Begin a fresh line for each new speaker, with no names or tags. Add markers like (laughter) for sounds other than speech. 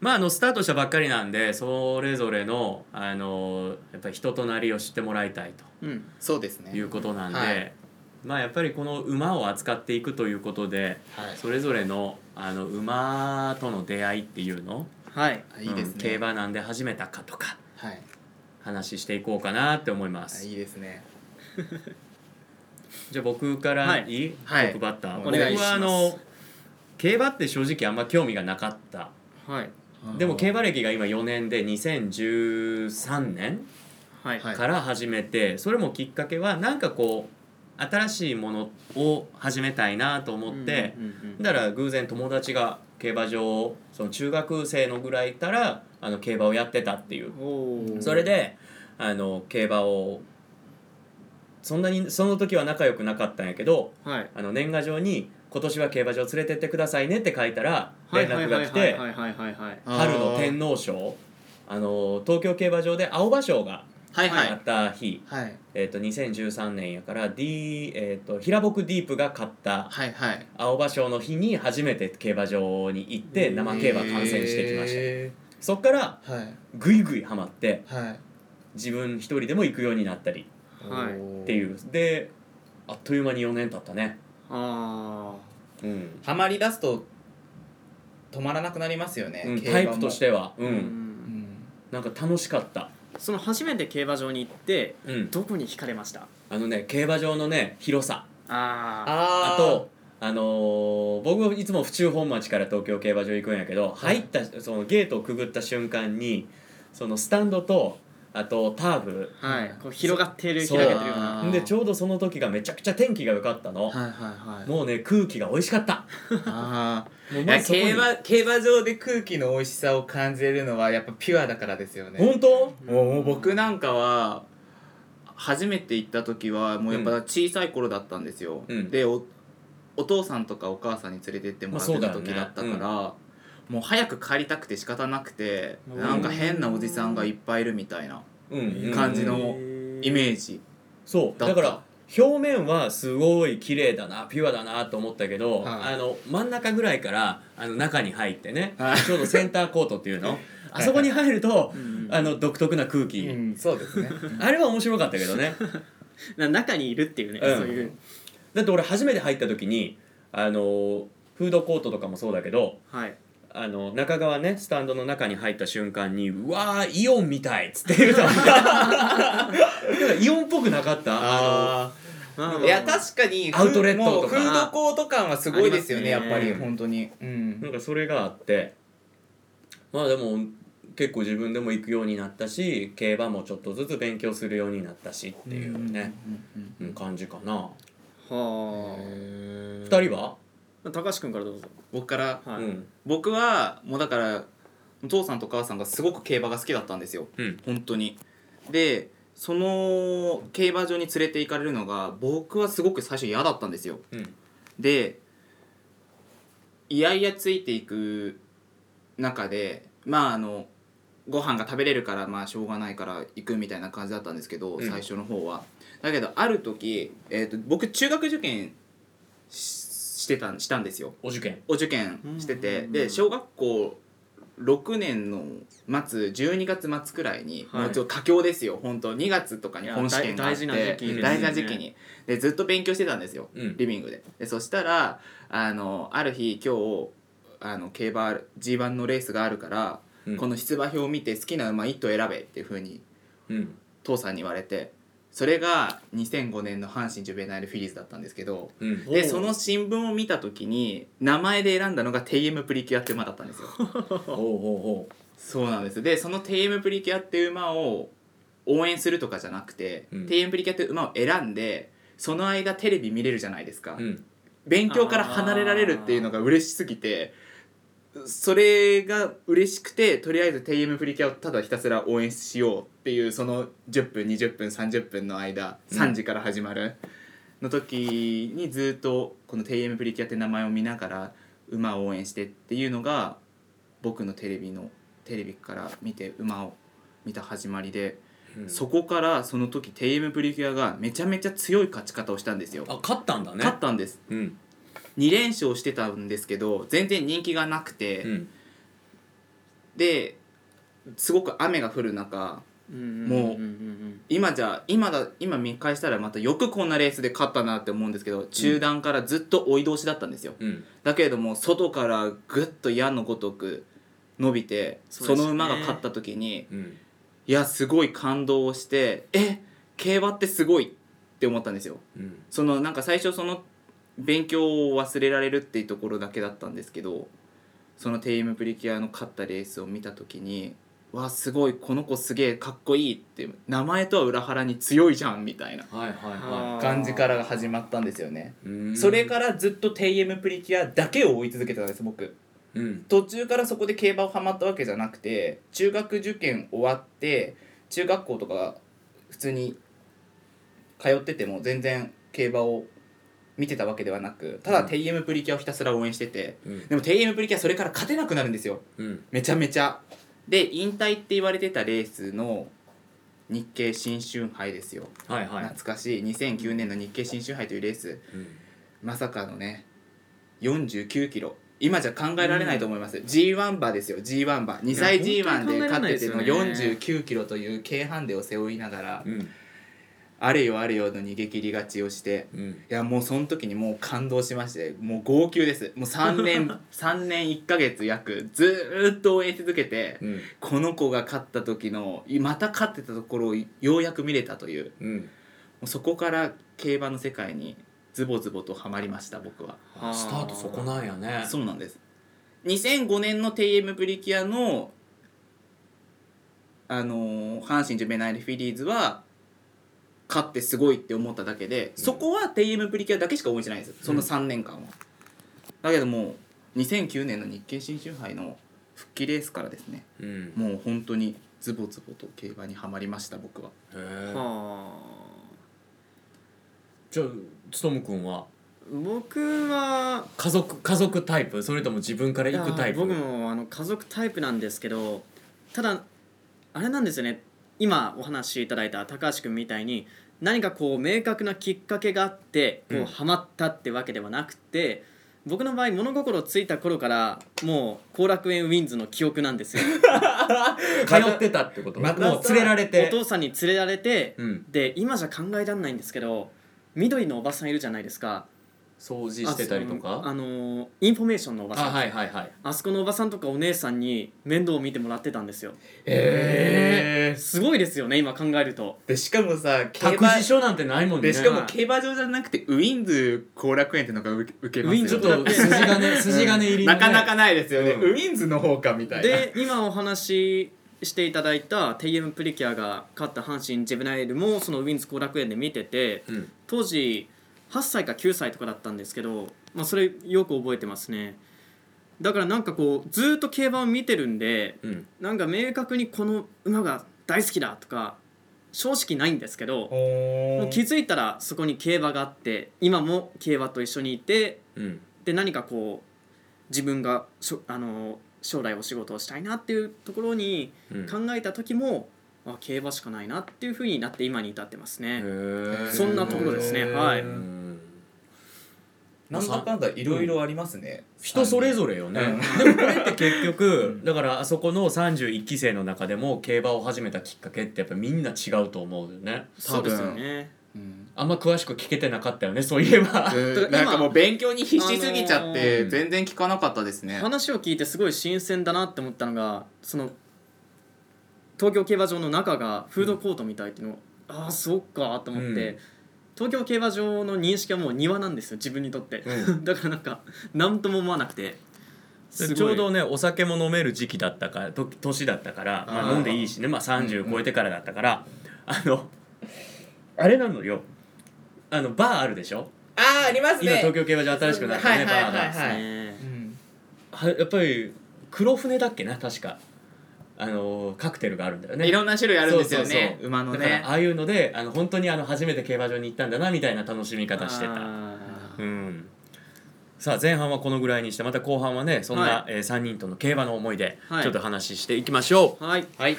まああのスタートしたばっかりなんでそれぞれのあのやっぱり人となりを知ってもらいたい
うん、そうですね
ということなんで、
はい
まあやっぱりこの馬を扱っていくということで
はい
それぞれのあの馬との出会いっていうの
はい
あいいです
うん
ね、
競馬なんで始めたかとか
はい
話していこうかなって思いま
あ
す
いいですね
じゃあ僕からいい、
はい
トップバッター、
はい
お願いします
僕はあの競馬って正直あんま興味がなかった
はい
でも競馬歴が今4年で2013年
はい
はい
から始めて、それもきっかけはなんかこう新しいものを始めたいなと思って、
うんうんうん
だから偶然友達が競馬場をその中学生のぐらいからあの競馬をやってたっていう
おお
それであの競馬をそんなにその時は仲良くなかったんやけど
はい
あの年賀状に「今年は競馬場連れてってくださいね」って書いたら
はい
連
はい
絡
は
が
い
来
はい
て
はいはいはいはい
あー
春の天皇賞あの東京競馬場で青葉賞が
はいは
あ
い
った日、
はい
えっと2013年やから D、えっと平牧ディープが勝った
はいはい
青葉賞の日に初めて競馬場に行って生競馬観戦してきました、
へ
そっから
ーはい
ぐいぐいハマって
はい
自分一人でも行くようになったり
はい
おー
っていうであっという間に4年経ったね
あ
うん、
ハマり出すと止まらなくなりますよね、
うん
競
タ
馬も
イプとしては
あ
うん、
うん
なんか楽しかった
その初めて競馬場に行って
うん
どこに惹かれました
あのね競馬場のね広さ
あ
あー
あとあのー僕いつも府中本町から東京競馬場行くんやけど入ったそのゲートをくぐった瞬間にそのスタンドとあとターフ
あは
う
い
ん
こう広がっている
そう
広げてるような
あー
でちょうどその時がめちゃくちゃ天気が良かったの、
はいはい
(laughs)
はい
もうね空気が美味しかった
あ
もう
ーい
ま
や
ずそこに
競馬競馬場で空気の美味しさを感じるのはやっぱピュアだからですよね
本当
もうもう僕なんかは初めて行った時はもうやっぱ小さい頃だったんですよ、
うん
でおお父さんとかお母さんに連れてってもらって
まあ
た
そうだ
時
よね
だったから、もう早く帰りたくて仕方なくて
うん
なんか変なおじさんがいっぱいいるみたいな
うん
感じのイメ
ジ
ージ、
そう
だ
だ
った
から表面はすごい綺麗だなピュアだなと思ったけど、
はい
あの真ん中ぐらいからあの中に入ってね、
はい
ちょうどセンターコートっていう
(laughs)
のあそこに入ると
うん
あの独特な空気、
うん、そうですね
(laughs) あれは面白かったけ
(laughs)
どね
な中にいるっていうね
うん
そういう
だって俺初めて入った時にあのフードコートとかもそうだけど
はい
あの中側ねスタンドの中に入った瞬間に「うわーイオンみたい」っつって言うた
(laughs)
なんかイオンっぽくなかったあ
あ
まあまあ
あ
まあ
いや確かに
アウトレットとか
もうフードコート感はすごいですよね
あ
やっ
りますね
ぱり本当に、うん
のなんかそれがあってまあでも結構自分でも行くようになったし競馬もちょっとずつ勉強するようになったしっていうね、
うん
うん感じかな
は
二
二
人は、
あ高橋君からどうぞ
僕から
は
う
い
ん
僕はもうだからお父さんとお母さんがすごく競馬が好きだったんですよ
うん
本当にでその競馬場に連れて行かれるのが僕はすごく最初嫌だったんですよ
うん
でいやいやついていく中でまああのご飯が食べれるからまあしょうがないから行くみたいな感じだったんですけど、
うん
最初の方はだけどある時、えー、と僕中学受験ししてたんしたんですよ
お受験
お受験してて、
うんうんうん
で小学校6年の末12月末くらいに、
はい
もうちょっと佳境ですよ本当2月とかに本試験があって
いや大大事な時期です
ね
大事な時期にでずっと勉強してたんですよ、
うん
リビングででそしたらあのある日今日あの競馬 g 1のレースがあるから、
うん
この出馬表を見て好きな馬1頭選べっていうふうに
うん
父さんに言われてそれが2005年の阪神ジュベナイルフィリーズだったんですけど
うん
で
おう
その新聞を見た時に名前で選んだのが「テイエムプリキュア」って馬だったんです
(laughs)
よ
ほうほ
そうなんですでその「テイエムプリキュア」って馬を応援するとかじゃなくて「
うん
テイエムプリキュア」って馬を選んでその間テレビ見れるじゃないですか、
うほううん
勉強から離れられるっていうのが嬉しすぎてそれが嬉しくてとりあえず「テイエムプリキュア」をただひたすら応援しようっていうその10分20分30分の間
うん
3時から始まるの時にずっとこの「テイエムプリキュア」って名前を見ながら馬を応援してっていうのが僕のテレビのテレビから見て馬を見た始まりで
うん
そこからその時「テイエムプリキュア」がめちゃめちゃ強い勝ち方をしたんですよ。
あ勝ったんだね
勝ったんです
うん
2連勝してたんですけど全然人気がなくて、
うん
ですごく雨が降る中もう
うんうん
今じゃ今だ今見返したらまたよくこんなレースで勝ったなって思うんですけど中段からずっと追い通しだったんですよ、
うん
だけれども外からぐっと矢のごとく伸びて
そう
そ
ですよね
の馬が勝った時に、
うん
いやすごい感動をしてえ競馬ってすごいって思ったんですよ
うん
そのなんか最初その勉強を忘れられるっていうところだけだったんですけどその TM プリキュアの勝ったレースを見た時にわあすごいこの子すげえかっこいいって名前とは裏腹に強いじゃんみたいな
はいはいは
あー
感じからが始まったんですよね
いうん
それからずっと TM プリキュアだけを追い続けてたんです僕
うん
途中からそこで競馬をハマったわけじゃなくて中学受験終わって中学校とか普通に通ってても全然競馬を見てたわけではなくた
う
だ
ん
TM プリキュアをひたすら応援してて
うん
でも TM プリキュアそれから勝てなくなるんですよ
うん
めちゃめちゃで引退って言われてたレースの日経新春杯ですよ、
はいはい
懐かしい2009年の日経新春杯というレース
うん
まさかのね49キロ今じゃ考えられないと思います、G1 馬ですよ G1 馬2歳
いや
G1
本当に考え
で
られ
勝
ない
っ
で
て
す
て
よ
の
ね
49キロという軽ハンデを背負いながら、
うん
あれよあれよの逃げ切り勝ちをして
うん
いやもうその時にもう感動しましてもう号泣ですもう3年
(laughs)
三年1ヶ月約ずーっと応援し続けて
うん
この子が勝った時のまた勝ってたところをようやく見れたというも
うん
うそこから競馬の世界にズボズボとハマりました僕は。
あー
スタートそこなんやね
そうなんです2005年の TM プリキュアのあのー阪神ジュベナイルフィリーズは勝ってすごいって思っただけで、そこは TM プリキュアだけしか応援してないんですその3年間は、だけどもう2009年の日経新春杯の復帰レースからですね
うん
もう本当にズボズボと競馬にはまりました僕は
へえ
うんは
じゃあつとむくんは
あ僕は
家族家族タイプそれとも自分から行くタイプ
いや僕もあの家族タイプなんですけどただあれなんですよね今お話しいただいた高橋君みたいに何かこう明確なきっかけがあってこ
うん
うハマったってわけではなくて、僕の場合物心ついた頃からもう後楽園ウィンズの記憶な
(laughs)
んですよ
通ってたってこと
また
もう連れられ
お
て
父さんに連れられて、
うん
で今じゃ考えられないんですけど緑のおばさんいるじゃないですか
掃除してたりと
あそのあ
か
のーインフォメーションのおばさん
あ
あ,、
はいはいはい
そこのおばさんとかお姉さんに面倒を見てもらってたんですよ
ええ
すごいですよね今考えると
でしかもさ競
託児所なんてないもんね
でしかも競馬場じゃなくてウィンズ後楽園ってのが受け受けますよね
ちょっと筋金筋金入りの
な
ね
かなかないですよね、
うん
ウィンズの方かみたいな
で今お話ししていただいた TM プリキュアが勝った阪神ジェブナイルもそのウィンズ後楽園で見てて
うん
当時8歳か9歳とかだったんですけど、まあ、それよく覚えてますねだからなんかこうずーっと競馬を見てるんで
うん
なんか明確にこの馬が大好きだとか正直ないんですけどもう気づいたらそこに競馬があって今も競馬と一緒にいて
うん
で何かこう自分がしょあの将来お仕事をしたいなっていうところに
うん
考えた時も、あ競馬しかないなっていうふうになって今に至ってますね。
へえ
そんなところですねはい
うん
なんだかんだいろいろありますね、
人それぞれよね、でもこれって結局だからあそこの31期生の中でも競馬を始めたきっかけってやっぱみんな違うと思うよね
そうですよね。
うん
あんま詳しく聞けてなかったよねそういえ
(laughs)
ば
うん
だから今
なんかもう勉強に必死すぎちゃっ
あ
て、
のー
全然聞かなかったですね
話を聞いてすごい新鮮だなって思ったのがその東京競馬場の中がフードコートみたいっていうのを、ああそうかと思って、
うん
東京競馬場の認識はもう庭なんですよ自分にとって、 (laughs) だからなんか何とも思わなくてすご
で
い
ちょうどねお酒も飲める時期だったからと年だったからま
あ
あ、
ー
飲んでいいしね、まあ、30超えてからだったから、あのあれなのよあのバーあるでしょ
あああります
今東京競馬場新しくなったね
はいはいはいはい
バーが
ね
うん
はやっぱり黒船だっけな確かあのカクテルがあるんだよね
いろんな種類あるんですよね
そうそうそう
馬の
だから
ね
ああいうのであの本当にあの初めて競馬場に行ったんだなみたいな楽しみ方してた
あ
うんさあ前半はこのぐらいにしてまた後半はねそんな、
は
えー、3人との競馬の思い出、
はい
ちょっと話していきましょう
ーはい
はい